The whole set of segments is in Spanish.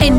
En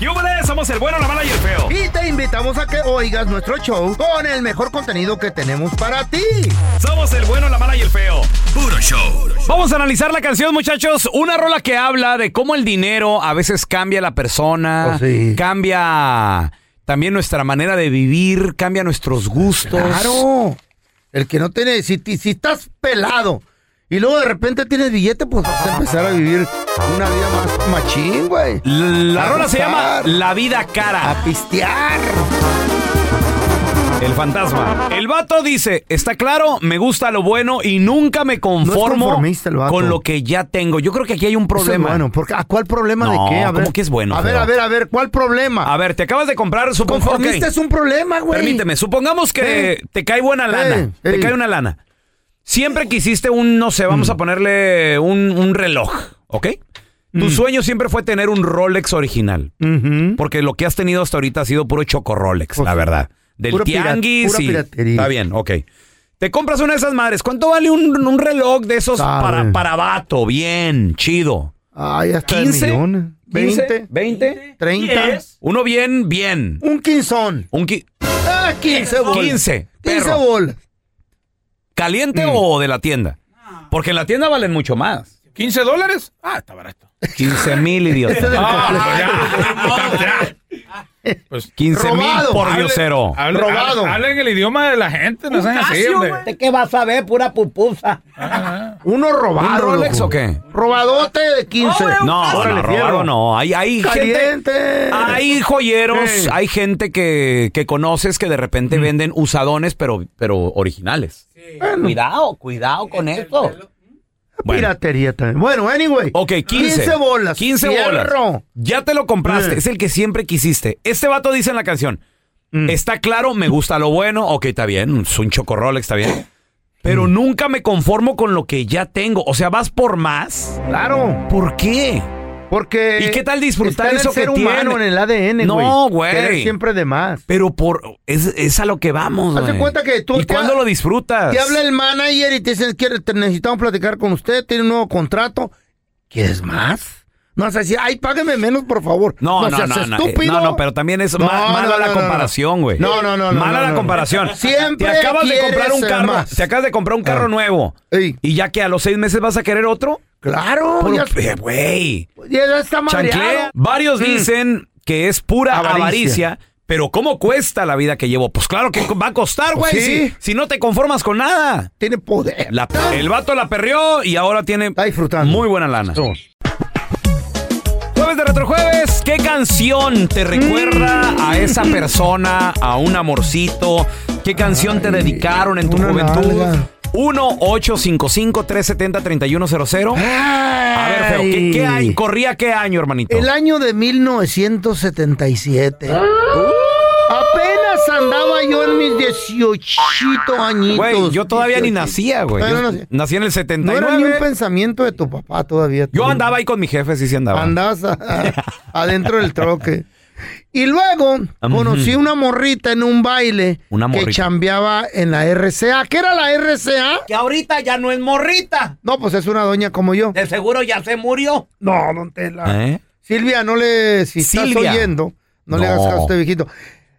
¡Yúbales! Somos el bueno, la mala y el feo. Y te invitamos a que oigas nuestro show con el mejor contenido que tenemos para ti. Somos el bueno, la mala y el feo. Puro show. Vamos a analizar la canción, muchachos. Una rola que habla de cómo el dinero a veces cambia a la persona, Oh, sí. cambia también nuestra manera de vivir, cambia nuestros gustos. Claro. El que no tiene, si, ti- si estás pelado y luego de repente tienes billete, pues vas a empezar a vivir una vida más machín, güey. La A rola se llama gustar. La vida cara. A pistear. El fantasma. El vato dice, está claro, me gusta lo bueno y nunca me conformo conformista el vato. con lo que ya tengo. Yo creo que aquí hay un problema. Bueno, porque ¿a cuál problema No, de qué? A ver, ¿cómo que es bueno, A ver, feo? a ver, a ver, ¿cuál problema? A ver, te acabas de comprar, supongo... Conformista ok, es un problema, güey. Permíteme, supongamos que Sí. te cae buena lana. Sí, Te sí. Mm. cae una lana. Siempre quisiste un, no sé, vamos a ponerle un, un reloj, ¿ok? Mm. Tu sueño siempre fue tener un Rolex original. Ujú. Porque lo que has tenido hasta ahorita ha sido puro choco Rolex, Pues la sí. verdad. Del Puro pira- tianguis pura y- piratería. Está bien, ok. Te compras una de esas madres. ¿Cuánto vale un, un reloj de esos Sabe. para, para vato? Bien, chido. Ay, hasta de ¿15? millón. 20, ¿20? 20, 30. Uno bien, bien. Un quinzón. Un qui- Ah, 15 bolas. 15, 15 perro. bolas. ¿Caliente Mm. o de la tienda? Porque en la tienda valen mucho más. ¿15 dólares? Ah, está barato. 15 mil, idiota. Pues, 15 mil Robado. por Hable- diosero. hable- Robado. hable- Hablen el idioma de la gente, no sean así, hombre. ¿Qué vas a ver? Pura pupusa. Uno robado. ¿Un Rolex loco. o qué? Robadote de 15. No, no, robado no. Hay, hay gente... Caliente. Hay joyeros, Sí. Mm. hay gente que, que conoces que de repente venden usadones, pero, pero originales. Bueno, Este Cuidado, cuidado con esto. Bueno. Piratería también. Bueno, anyway. Ok, 15. 15 Ah. bolas. 15 bolas. Fierro. Ya te lo compraste. Sí. Es el que siempre quisiste. Este vato dice en la canción: Mm. Está claro, me gusta lo bueno. Ok, está bien. Es un chocorrol, está bien. Pero Mm. nunca me conformo con lo que ya tengo. O sea, vas por más. Claro. ¿Por qué? Porque. ¿Y qué tal disfrutar está en eso el ser que humano, tiene? en el ADN, güey. No, güey. Querer siempre de más. Pero por. Es, es a lo que vamos. Haz de güey. cuenta que tú ¿Y te- cuándo lo disfrutas? Te habla el manager y te dicen, "Quiere- te necesitamos platicar con usted, tiene un nuevo contrato. ¿Quieres más? No vas a decir, ay, págame menos, por favor. No, no, seas no, no, eh, estúpido. no, no, pero también es No, ma- no, mala no, la no, comparación, güey. No, no, no, no, Mala no, la no. comparación. Siempre te acabas de quieres comprar un ser carro, más. te acabas de comprar un carro Ah. nuevo. Ey. Y ya que a los seis meses vas a querer otro, Claro, Puro- ya, eh, güey. ya- ya está Chanclea. madreado. Varios Mm. dicen que es pura avaricia. Avaricia. pero ¿cómo cuesta la vida que llevo? Pues claro que va a costar, güey, Pues sí. si, si no te conformas con nada. Tiene poder. La- el vato la perrió y ahora tiene Está disfrutando. muy buena lana. Jueves de Retrojueves, ¿qué canción te recuerda a esa persona, a un amorcito? ¿Qué canción te dedicaron en tu una juventud? nalga. 1-855-370-3100. A ver, Feo, ¿qué, qué hay? ¿Corría qué año, hermanito? El año de 1977. Apenas andaba yo en mis 18 añitos. Güey, yo todavía ni 18. nacía, güey. Todavía Yo no nacía. nací en el No era ni un 79. pensamiento de tu papá todavía. Yo andaba ahí con mi jefe, sí, sí andaba. Andabas a- a- adentro del troque. Y luego conocí una morrita en un baile Una que morrita. chambeaba en la RCA. ¿Qué era la RCA? Que ahorita ya no es morrita. No, pues es una doña como yo. De seguro ya se murió. No, don Tela. ¿Eh? Silvia, no le. Si estás Silvia. oyendo, no, le No. hagas caso a este viejito.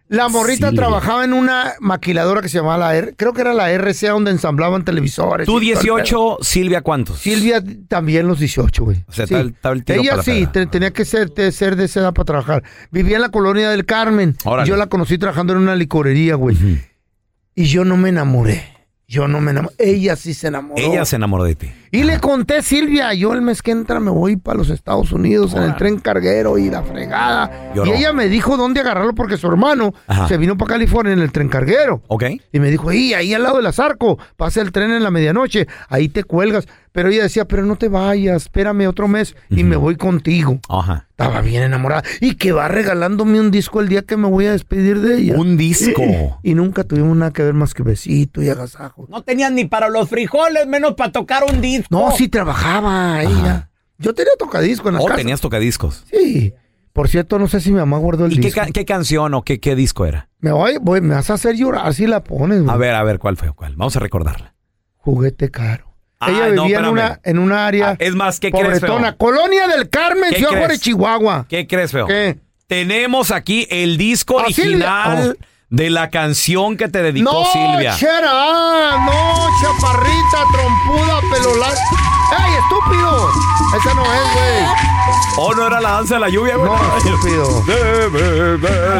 La morrita Silvia. trabajaba en una maquiladora que se llamaba la R. Creo que era la RCA donde ensamblaban televisores. Tú y todo el pedo. 18, Silvia, ¿cuántos? Silvia también los 18, güey. O sea, está el- está el tiro para Ella la sí, peda. te- tenía que ser, te- ser de esa edad para trabajar. Vivía en la colonia del Carmen. Órale. Y Yo la conocí trabajando en una licorería, güey. Y yo no me enamoré. Yo no me enamoré. Ella sí se enamoró. Ella se enamoró de ti. Y le conté, Silvia, yo el mes que entra me voy para los Estados Unidos en el tren carguero y la fregada. Lloró. Y ella me dijo dónde agarrarlo porque su hermano Ajá. se vino para California en el tren carguero. ¿Ok? Y me dijo, y ahí al lado del azarco, pasa el tren en la medianoche, ahí te cuelgas. Pero ella decía, pero no te vayas, espérame otro mes y me voy contigo. Ajá. Estaba bien enamorada. Y que va regalándome un disco el día que me voy a despedir de ella. Un disco. Y nunca tuvimos nada que ver más que besito y agasajo. No tenían ni para los frijoles, menos para tocar un disco. No, sí trabajaba ella. Yo tenía tocadisco en la Oh, casa. tenías tocadiscos. Sí. Por cierto, no sé si mi mamá guardó el ¿Y qué, disco. ca- qué canción o qué, qué disco era? Me voy, voy, me vas a hacer llorar si la pones. güey. A ver, a ver, ¿cuál fue? ¿Cuál? Vamos a recordarla. Juguete caro. Ah, ella no, vivía en, espérame. una, en una área. Ah, es más, ¿qué crees, feo? Pobretona, Colonia del Carmen, ¿Qué Ciudad crees? Juárez, Chihuahua. ¿Qué crees, feo? ¿Qué? Tenemos aquí el disco Ah, Silvia. original de la canción que te dedicó No, Silvia. chera, ah, no, chaparrita, trompuda, pelo largo. ¡Ey, estúpido! Esa no es, güey. ¿O Oh, no era la danza de la lluvia, güey?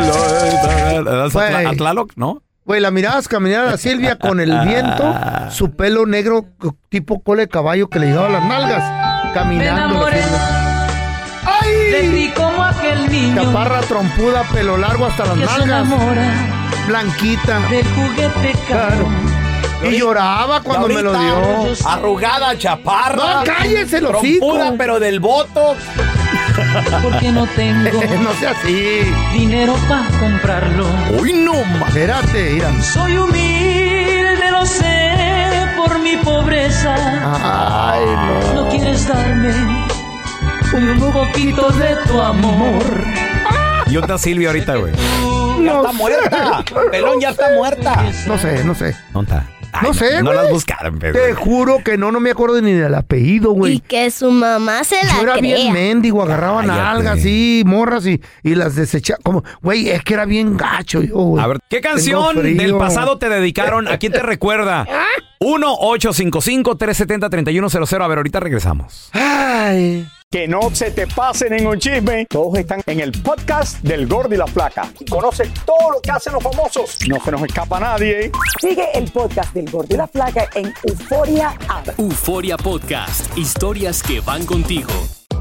No, estúpido. La danza Güey. atla- Atlaloc, ¿no? Güey, la mirabas caminar a Silvia con el viento, su pelo negro c- tipo cola de caballo que le llegaba a las nalgas, caminando. Me enamoré la Silvia. ¡Ay! Y como aquel niño Chaparra, trompuda, pelo largo hasta las que se nalgas, enamora blanquita. del juguete caro. Claro. Y lloraba cuando me lo dio. Ahorita, Arrugada, chaparra. No, cállese el hocico. trompuda, pero del voto. Porque no tengo no sea así. dinero para comprarlo. ¡Uy, no más! Espérate, mira. Soy humilde, lo sé, por mi pobreza. Ah. Ay, no. No quieres darme ni un poquito de tu amor. Y otra Silvia ahorita, güey. Ya No está sé. muerta. Pelón ya está muerta. No sé, no sé. ¿Dónde está? Ay, No sé, No güey. las buscaron, pero. Te juro que no, no me acuerdo ni del apellido, Y güey. que su mamá se la Yo era bien crea. mendigo, agarraban Cállate. algas y morras y, y las desechaba. Como, güey, es que era bien gacho yo, güey. A ver, ¿qué Tengo canción frío. del pasado te dedicaron? ¿A quién te recuerda? 1-855-370-3100. A ver, ahorita regresamos. Ay. Que no se te pase ningún chisme. Todos están en el podcast del Gordi y la Flaca. Conoce todo lo que hacen los famosos. No se nos escapa nadie. Sigue el podcast del Gordo y la Flaca en Euforia App. Euforia Podcast, historias que van contigo.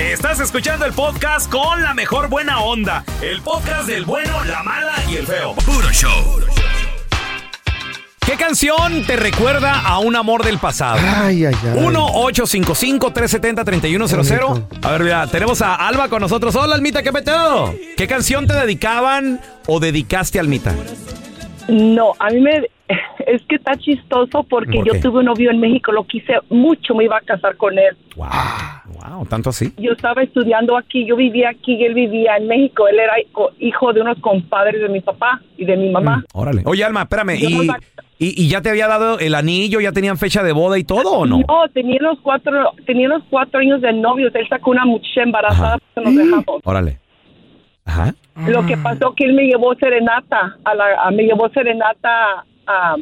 Estás escuchando el podcast con la mejor buena onda. El podcast del bueno, la mala y el feo. Puro show. ¿Qué canción te recuerda a un amor del pasado? Ay, ay, ay. 1-855-370-3100. A ver, mira, tenemos a Alba con nosotros. Hola, Almita, ¿qué peteo? ¿Qué canción te dedicaban o dedicaste, Almita? No, a mí me... Es que está chistoso porque ¿Por yo qué? tuve un novio en México, lo quise mucho, me iba a casar con él. Wow, tanto así. Yo estaba estudiando aquí, yo vivía aquí y él vivía en México. Él era hijo- hijo de unos compadres de mi papá y de mi mamá. Mm, órale. Oye, Alma, espérame. Yo ¿Y, no la- y, y ya te había dado el anillo? ¿Ya tenían fecha de boda y todo o no? No, tenía los cuatro, tenía los cuatro años de novios. Él sacó una muchacha embarazada, pero nos dejamos. Órale. Ajá. Lo que pasó que él me llevó serenata, a la, a- me llevó serenata a,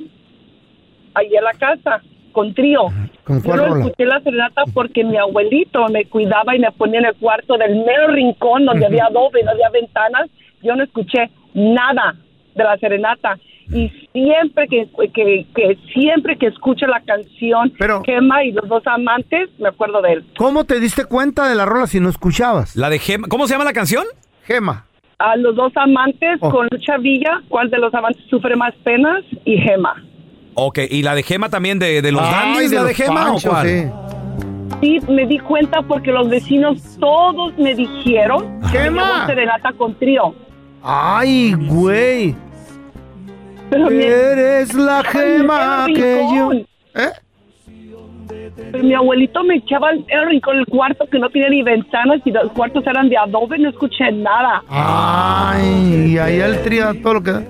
ahí a la casa con trío. ¿Con Yo cuál no rola? escuché la serenata porque mi abuelito me cuidaba y me ponía en el cuarto del mero rincón donde había adobe, no había ventanas. Yo no escuché nada de la serenata. Y siempre que, que, que- siempre que escucho la canción Gema y los dos amantes, me acuerdo de él. ¿Cómo te diste cuenta de la rola si no escuchabas? La de Gema. ¿Cómo se llama la canción? Gema. A los dos amantes con Lucha Villa, ¿cuál de los amantes sufre más penas? Y Gema. Ok, ¿y la de Gema también de, de los Ay, dandies, de la de los Gema panchos, o cuál? sí. Sí, me di cuenta porque los vecinos todos me dijeron que me Gema. llevó serenata con trío. Ay, güey. Pero mi- Eres la gema Ay, que ¿Eh? yo. rincón. Pero mi abuelito me echaba el, el rincón el cuarto que no tenía ni ventanas y los cuartos eran de adobe, no escuché nada. Ay, ahí el trío, todo lo que da.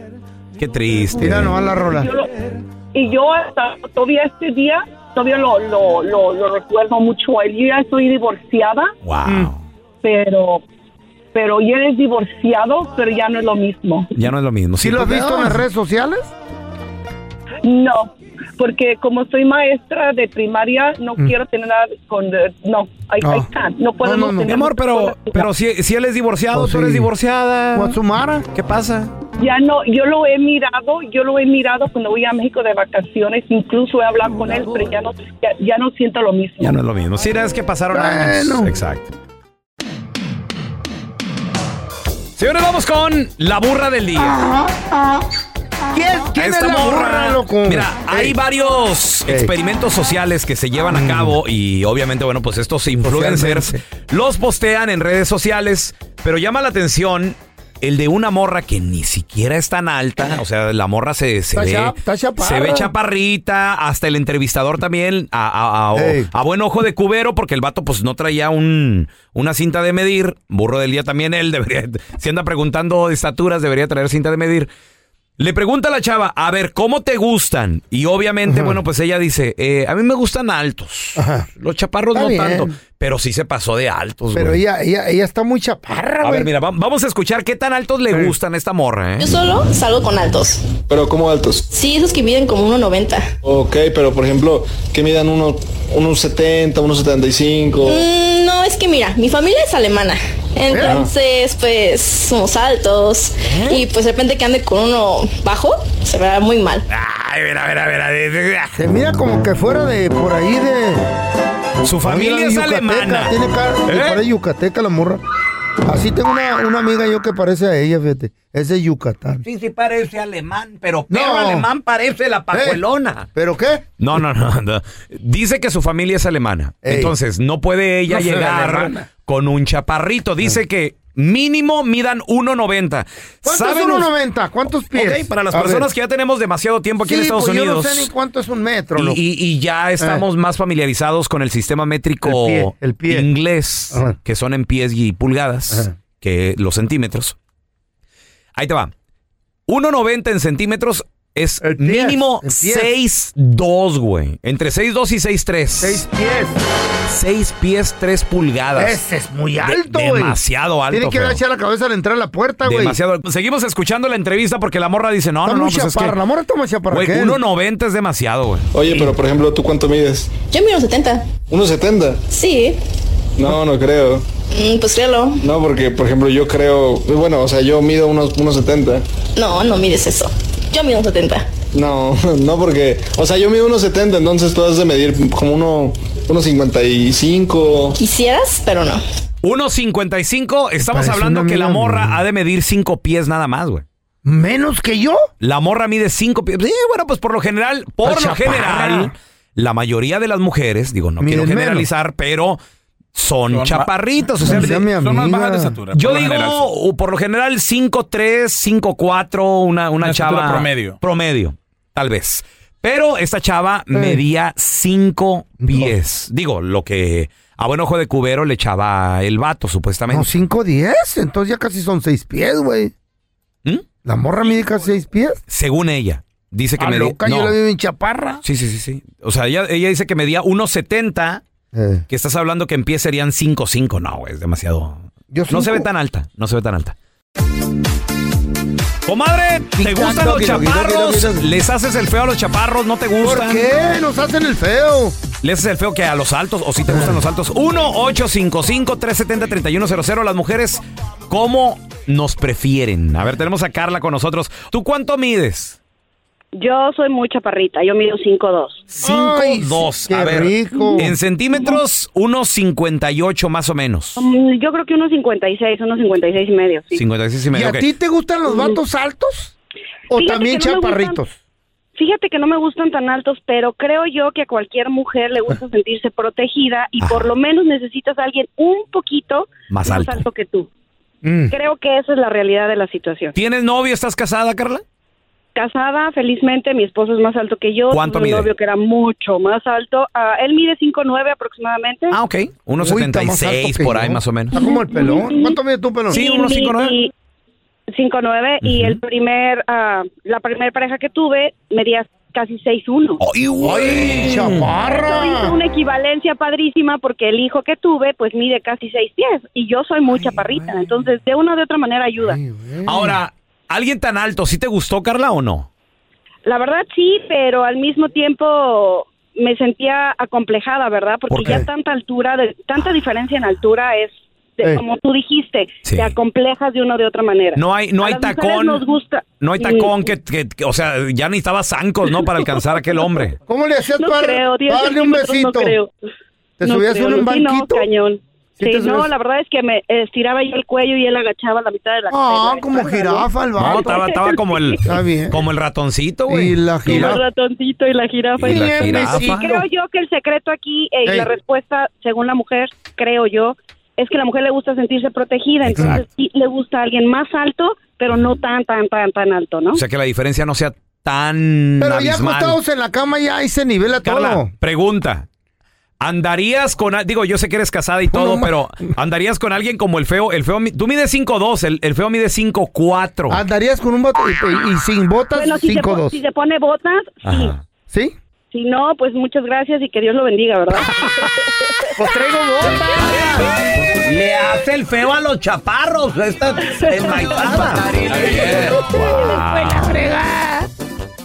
Qué triste. Mira nomás la rola. Yo lo- y yo hasta todavía este día, todavía lo, lo, lo, lo recuerdo mucho. a él. Yo ya estoy divorciada, Mm. Wow. pero pero ya eres divorciado, pero ya no es lo mismo. Ya no es lo mismo. ¿Sí lo has porque- visto en las redes sociales? No, porque como soy maestra de primaria, no Mm. quiero tener nada con... eh, No, I, I No. can't, no podemos tener Mi amor, muchas pero, cosas. pero si, si él es divorciado, Oh, tú eres divorciada. Guatsumara. ¿Qué pasa? Ya no, yo lo he mirado, yo lo he mirado cuando voy a México de vacaciones, incluso he hablado con él, pero ya no, ya, ya no siento lo mismo. Ya no es lo mismo. Sí, es que pasaron años. Bueno. Exacto. Señores, vamos con la burra del día. ¿Quién, quién es Esta la morra. burra, loco? Mira, hay Ey. varios Ey. Mm. experimentos sociales que se llevan a cabo y obviamente, bueno, pues estos influencers los postean en redes sociales, pero llama la atención el de una morra que ni siquiera es tan alta, o sea, la morra se, se Está ve chap- está chaparra. se ve chaparrita, hasta el entrevistador también a, a- a- o- Ey. a buen ojo de cubero porque el vato pues no traía un una cinta de medir, burro del día también él debería si anda preguntando de estaturas debería traer cinta de medir. Le pregunta a la chava, a ver, ¿cómo te gustan? Y obviamente, bueno, pues ella dice, eh, a mí me gustan altos. Los chaparros Está no bien. tanto, pero sí se pasó de altos, Pero güey. ella, ella, ella está muy chaparra, A ver, güey. mira, va- vamos a escuchar qué tan altos le gustan a esta morra, ¿eh? Yo solo salgo con altos. Pero ¿cómo altos? Sí, esos que miden como 1.90. Ok, pero por ejemplo, que midan uno, unos 70, unos 75. Mm, no, es que mira, mi familia es alemana. Entonces, pues somos altos. Y pues de repente que ande con uno bajo, se verá muy mal. Ay, mira, mira, mira. Se mira como que fuera de por ahí de. Su familia Oye, es yucateca, alemana. Tiene cara de ¿Eh? cara de yucateca la morra. Así tengo una, una amiga yo que parece a ella, fíjate. Es de Yucatán. Sí, sí parece alemán, pero perro No. alemán parece la pajuelona. ¿Pero qué? No, no, no, no. Dice que su familia es alemana. Ey. Entonces, no puede ella No soy llegar alemana. con un chaparrito. Dice que mínimo midan 1.90. Ah. ¿Cuánto es ¿Saben 1.90? ¿Cuántos pies? Ok, para las A ver. personas que ya tenemos demasiado tiempo aquí en Sí, Estados pues Unidos. Yo no sé ni cuánto es un metro. y, loco. y- y ya estamos más familiarizados con el sistema métrico El pie, el pie. inglés, Ajá. que son en pies y pulgadas, que los centímetros. Ahí te va. 1.90 en centímetros es mínimo en pies. 6.2, güey. Entre 6.2 y 6.3. 6 pies. 6 pies, 3 pulgadas. Ese es muy De- alto, güey. demasiado alto. Tiene que feo. agachar la cabeza al entrar a la puerta, güey. Demasiado. Seguimos escuchando la entrevista porque la morra dice, no, Está no, no, muy pues es que, chaparra. La morra está muy chaparra. güey, ¿qué? 1.90 es demasiado, güey. Oye, pero por ejemplo, ¿tú cuánto mides? Yo mido 70. ¿Unos 70? Sí, No, no creo. Mm, pues créelo. No, porque por ejemplo yo creo, pues bueno, o sea, yo mido unos, unos 70. No, no mides eso. Yo mido un 70. No, no porque, o sea, yo mido unos 70, entonces tú has de medir como uno, unos 55. Quisieras, pero no. 1.55, estamos Parece hablando una que la amiga morra ha de medir 5 pies nada más, güey. ¿Menos que yo? La morra mide cinco pies. Sí, bueno, pues por lo general, por Está lo chaparra. general, la mayoría de las mujeres, digo, no Miden quiero menos. generalizar, pero son, Son chaparritos. ba- O sea, Pues sea de- mi Son más amiga. bajas de estatura, por Yo lo digo, general, sí. o por lo general, 5'3, 5'4, una, una, estatura chava. promedio. Promedio, tal vez. Pero esta chava medía 5 pies. Digo, lo que a buen ojo de cubero le echaba el vato, supuestamente. No, 5 10, entonces ya casi son 6 pies, güey. ¿Mm? La morra mide casi 6 pies. Según ella. Dice que A medía- Ah, loca, yo no. la veo en chaparra. Sí, sí, sí, sí. O sea, ella, ella dice que medía 1.70, que estás hablando que en pie serían 5.5. No, güey, es demasiado. no se ve tan alta, no se ve tan alta. Comadre, ¿te Tic-tac, gustan los toqui, toqui, toqui, chaparros? toqui, toqui. ¿Les haces el feo a los chaparros? ¿No te gustan? ¿Por qué? Nos hacen el feo. ¿Les haces el feo que a los altos o si te gustan los altos? 1-855-370-3100. Las mujeres, ¿cómo nos prefieren? A ver, tenemos a Carla con nosotros. ¿Tú cuánto mides? Yo soy muy chaparrita, yo mido 5'2. 5'2". qué A ver, Oh. rico. en centímetros, 1.58 más o menos. Mm, Yo creo que unos 56, unos 56 y medio. sí. 56 y ¿Y medio. a ok. ti te gustan los vatos altos? ¿O Fíjate también que no me gustan. chaparritos? Fíjate que no me gustan tan altos, pero creo yo que a cualquier mujer le gusta sentirse protegida y por lo menos necesitas a alguien un poquito Más alto. que tú. Mm. Creo que esa es la realidad de la situación. ¿Tienes novio? ¿Estás casada, Carla? Casada, felizmente, mi esposo es más alto que yo. ¿Cuánto Tuve un mide? novio que era mucho más alto. Ah, él mide 5'9 aproximadamente. Ah, ok. Uy, está más alto 1.76 que por yo. ahí más o menos. Está como el pelón. ¿Cuánto mide tu pelón? Y mi- y- 5'9", y el primer, ah, la primera pareja que tuve medía casi 6'1". ¡Ay, Eso hizo chaparra! una equivalencia padrísima porque el hijo que tuve pues mide casi seis pies y yo soy muy chaparrita, entonces de una u otra manera ayuda. Ahora, ¿alguien tan alto sí te gustó, Carla, o no? La verdad sí, pero al mismo tiempo me sentía acomplejada, ¿verdad? Porque ¿Por qué? ya tanta altura, de, tanta diferencia en altura es, de- Eh. como tú dijiste, Sí. te acomplejas de una de otra manera. No hay, no A hay las mujeres tacón. nos gusta. Mm, No hay tacón que, que- que- o sea, ya necesitaba zancos, ¿no? Para alcanzar a aquel hombre. ¿Cómo le hacías No para, creo, diez para darle un centímetros no besito? Ah, creo. ¿Te No subías creo, en un sí, no, banquito? cañón. ¿Sí Sí, te no, subías? la verdad es que me estiraba yo el cuello y él agachaba la mitad de la Ah, de la como espalda, jirafa el No, vato. estaba, estaba como el, como el ratoncito, güey. Y la Y el ratoncito y la jirafa. Y la Bien, jirafa. sí, Creo yo que el secreto aquí eh, y Ey. la respuesta, según la mujer, creo yo, es que a la mujer le gusta sentirse protegida. Entonces sí le gusta a alguien más alto, pero no tan, tan, tan, tan alto, ¿no? O sea, que la diferencia no sea tan Pero ya abismal. acostados en la cama ya ahí se nivela todo. Carla, pregunta. ¿Andarías con al- digo, yo sé que eres casada y todo, pero andarías con alguien como el feo, el feo, mi- tú mides 5'2, el, el feo mide 5'4. Andarías con un vato y, y sin botas, bueno, si, se, pon- 5-2. si se pone botas, Ajá. ¿Sí? si no, pues muchas gracias y que Dios lo bendiga, ¿verdad? pues traigo Le hace el feo a los chaparros. Esta enmaizada. A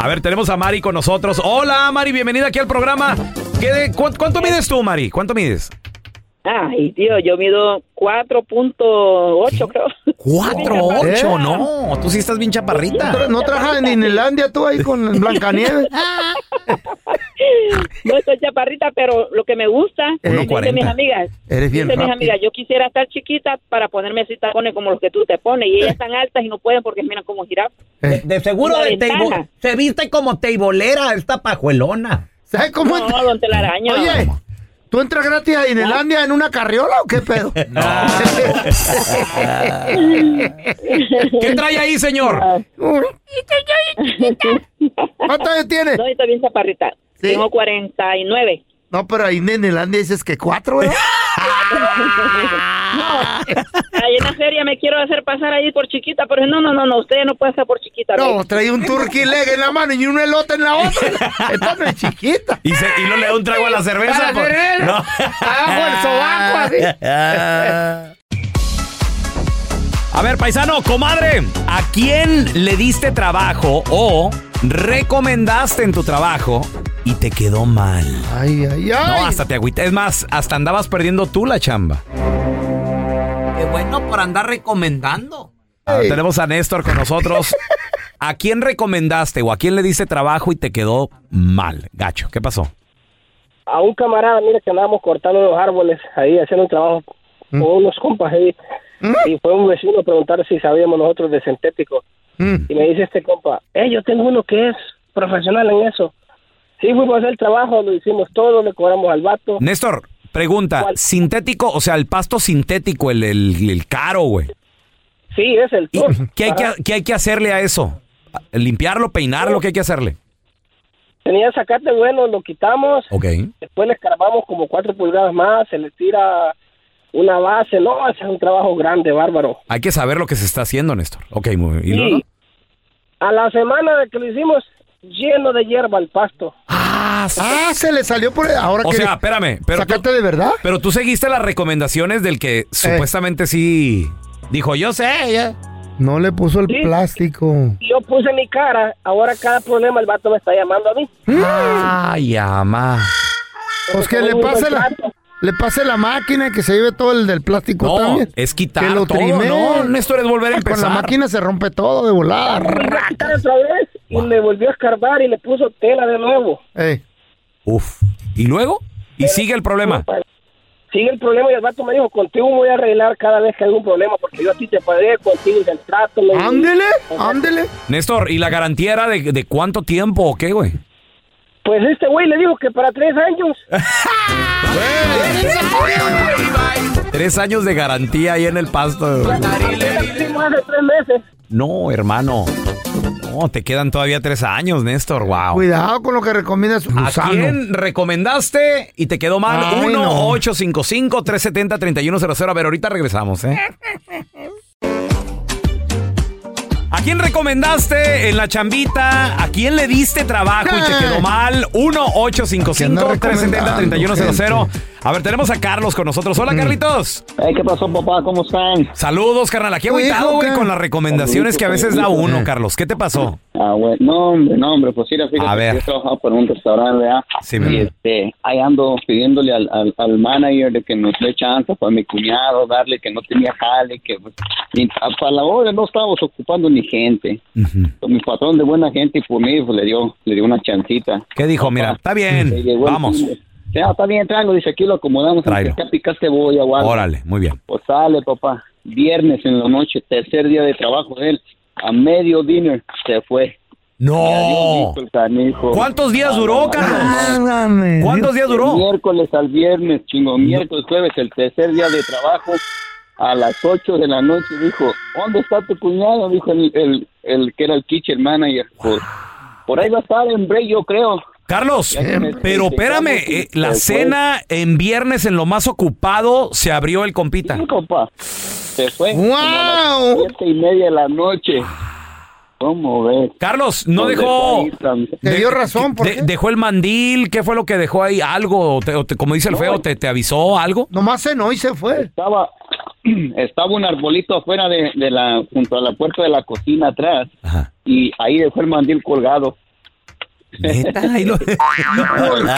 ver, tenemos a Mari con nosotros. Hola, Mari, bienvenida aquí al programa. ¿Qué de- cuán- ¿Cuánto mides tú, Mari? ¿Cuánto mides? Ay, tío, yo mido 4.8, creo. 4'8, no. Tú sí estás bien ¿No, chaparrita. tra- no trabajas en Inelandia tú ahí con Blancanieves? No soy chaparrita, pero lo que me gusta es 1.40. de mis amigas. Eres bien Dice mis rápida. amigas, yo quisiera estar chiquita para ponerme así tacones como los que tú te pones. Y ellas están altas y no pueden porque miran como jirafa. De, Eh, de seguro La de ventaja. teibo- se viste como teibolera esta pajuelona. ¿Sabes cómo? No, don Telaraño. Oye, ¿tú entras gratis a Inelandia en una carriola o qué pedo? ¿Qué trae ahí, señor? ¿Cuántos años tienes? No, yo estoy bien chaparrita. Tengo 49. No, pero ahí en Inelandia dices que cuatro, ¿eh? ¿verdad? Ahí en la feria me quiero hacer pasar ahí por chiquita, pero no, no, no, no, usted no puede estar por chiquita. No, ve. trae un turkey leg en la mano y un elote en la otra. Esta no es chiquita. Y, se- y no le da un trago a la cerveza. A la pues. cerveza. No. Abajo el sobaco, así. A ver, paisano, comadre, ¿a quién le diste trabajo o recomendaste en tu trabajo y te quedó mal? Ay, ay, No, hasta te agüita. Es más, hasta andabas perdiendo tú la chamba. Qué bueno por andar recomendando. Ahora tenemos a Néstor con nosotros. ¿A quién recomendaste o a quién le diste trabajo y te quedó mal? Gacho, ¿qué pasó? a un camarada, mira que andábamos cortando los árboles ahí, haciendo un trabajo con unos compas ahí. Y fue un vecino a preguntar si sabíamos nosotros de sintético. Mm. Y me dice este compa, eh, yo tengo uno que es profesional en eso. Sí, fuimos a hacer el trabajo, lo hicimos todo, le cobramos al vato. Néstor, pregunta, ¿sintético? O sea, el pasto sintético, el, el- el caro, güey. Sí, es el turf. ¿Qué hay, que, ¿Qué hay que hacerle a eso? ¿Limpiarlo, peinarlo? ¿Qué hay que hacerle? Tenía sacate bueno, lo quitamos, Ok. después Pues le escarbamos como cuatro pulgadas más, se le tira una base, no, ese es un trabajo grande, bárbaro. Hay que saber lo que se está haciendo, Néstor. Ok, muy bien. ¿Y luego? Sí. A la semana de que lo hicimos, lleno de hierba el pasto. Ah, se le salió por ahora O que sea, espérame. Pero sacate de verdad. Pero tú seguiste las recomendaciones del que supuestamente sí dijo, yo sé. ya". No le puso el plástico. Yo puse mi cara, ahora cada problema el vato me está llamando a mí. Ay, ama. Pues que le pase la, le pase la máquina que se lleve todo el del plástico No, también. es quitar que lo todo, trimee. no, Néstor, es volver a Con la empezar. máquina se rompe todo de volar. Otra vez, y me volvió a escarbar y le puso tela de nuevo. Uf. ¿Y luego? Y sigue el problema. pues. Sigue el problema y el vato me dijo, contigo voy a arreglar cada vez que hay un problema, porque yo a ti te pagué, contigo hice el trato. le- Ándele, ándele. Néstor, ¿y la garantía era de, de cuánto tiempo o qué, güey? Pues este güey le dijo que para tres años. Tres años de garantía ahí en el pasto. güey. Hicimos hace tres meses. No, hermano. No, te quedan todavía tres años, Néstor. Wow. Cuidado con lo que recomiendas. ¿A quién recomendaste y te quedó mal? Ay, 1-855-370-3100. A ver, ahorita regresamos, ¿eh? ¿A quién recomendaste en la chambita? ¿A quién le diste trabajo y te quedó mal? 1-855-370-3100. A ver, tenemos a Carlos con nosotros. Hola, Carlitos. ¿Qué pasó, papá? ¿Cómo están? Saludos, carnal. Aquí aguitado, güey, con las recomendaciones que a veces da uno, Carlos. ¿Qué te pasó? Ah, bueno, no, hombre, no, hombre, pues mira, fíjate, A ver. yo trabajaba para un restaurante, ¿verdad? y este, ahí ando pidiéndole al, al, al manager de que nos dé chance para mi cuñado, darle que no tenía jale, que pues, y a- para la hora no estábamos ocupando ni gente. Mm. Con Mi patrón de buena gente y por mí pues, le dio le dio una chancita. ¿Qué dijo? Mira, está bien, vamos. Ya, está bien, tráelo, dice, aquí lo acomodamos. Tráelo. Acá picaste voy guarda. Órale, muy bien. Pues sale, papá. Viernes en la noche, tercer día de trabajo de él. A medio dinner se fue. Oh. ¡No! ¿Cuántos días duró, Carlos? ¿Cuántos días duró? Miércoles al viernes, chingo. Miércoles, jueves, el tercer día de trabajo. A las 8 de la noche dijo, ¿dónde está tu cuñado? Dijo el, el, el que era el kitchen manager. Por, por ahí va a estar en break, yo creo. Carlos, Ya que me- pero espérame, eh, la Después- cena en viernes en lo más ocupado se abrió el compita. Se fue. como a las Siete y media de la noche. ¿Cómo ves? Carlos, no Donde dejó. está ahí tan- razón, ¿Dejó el mandil? ¿Qué fue lo que dejó ahí? ¿Algo? O te- o te- como dice el feo, ¿te, te avisó algo? Nomás cenó y se fue. Estaba, estaba un arbolito afuera de, de la, junto a la puerta de la cocina atrás. Y ahí dejó el mandil colgado. ¿Por Ah.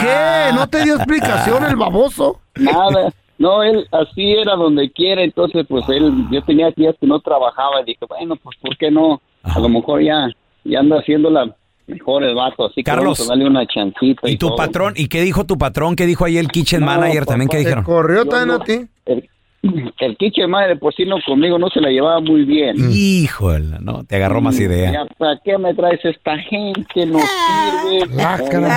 qué? ¿No te dio explicación el baboso? Nada. No, él así era donde quiera, entonces pues él, yo tenía días que no trabajaba y dije, bueno, pues ¿por qué no? A lo mejor ya, ya anda haciendo la mejor el vato, así que Carlos, vamos a darle una chancita. ¿Y tu todo. patrón? ¿Y qué dijo tu patrón? ¿Qué dijo ahí el kitchen No, manager papá, también? ¿Qué te dijeron? corrió Yo no- El, el kitchen madre por si no conmigo no se la llevaba muy bien. Mm. Híjole, no, te agarró más idea. Mm, Ya, ¿Para qué me traes esta gente? No Ah, sirve.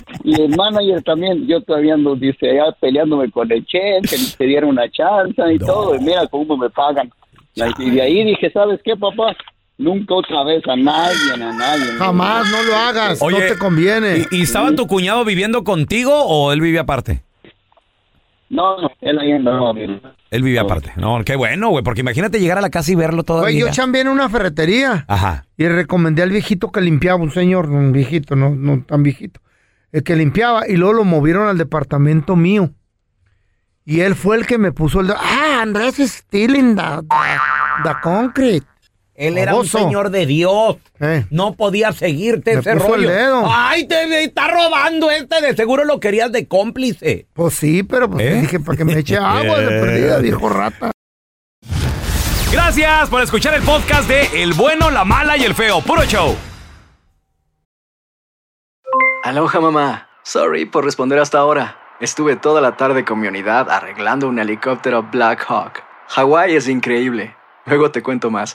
Y el manager también, yo todavía ando, dice, allá peleándome con el chef, que me dieron una chanza y todo, y mira cómo me pagan. La- Y de ahí dije, ¿sabes qué, papá? Nunca otra vez a nadie, a nadie. Jamás, no lo hagas. no te conviene. ¿Y, y Mm. estaba tu cuñado viviendo contigo o él vivía aparte? No, no, él ahí andaba. Él vivía aparte. No, qué bueno, güey, porque imagínate llegar a la casa y verlo Güey, todavía. yo chambeé en una ferretería. Ajá. Y recomendé al viejito que limpiaba, un señor, un viejito, no, no tan viejito. El que limpiaba y luego lo movieron al departamento mío. Y él fue el que me puso el... dedo, Ah, Andrés is stealing the, the- the concrete. Él era un Baboso. señor de Dios. Eh. No podía seguirte Me ese puso el rollo. dedo. Ay, te me está robando este. De seguro lo querías de cómplice. Pues sí, pero pues le dije para que me eche agua de perdida, viejo rata. Gracias por escuchar el podcast de El bueno, la mala y el feo. Puro show. Aloha mamá. Ah, Sorry por responder hasta ahora. Estuve toda la tarde con mi unidad ah, arreglando un helicóptero Black Hawk. Hawái es increíble. Luego te cuento más.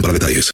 para detalles.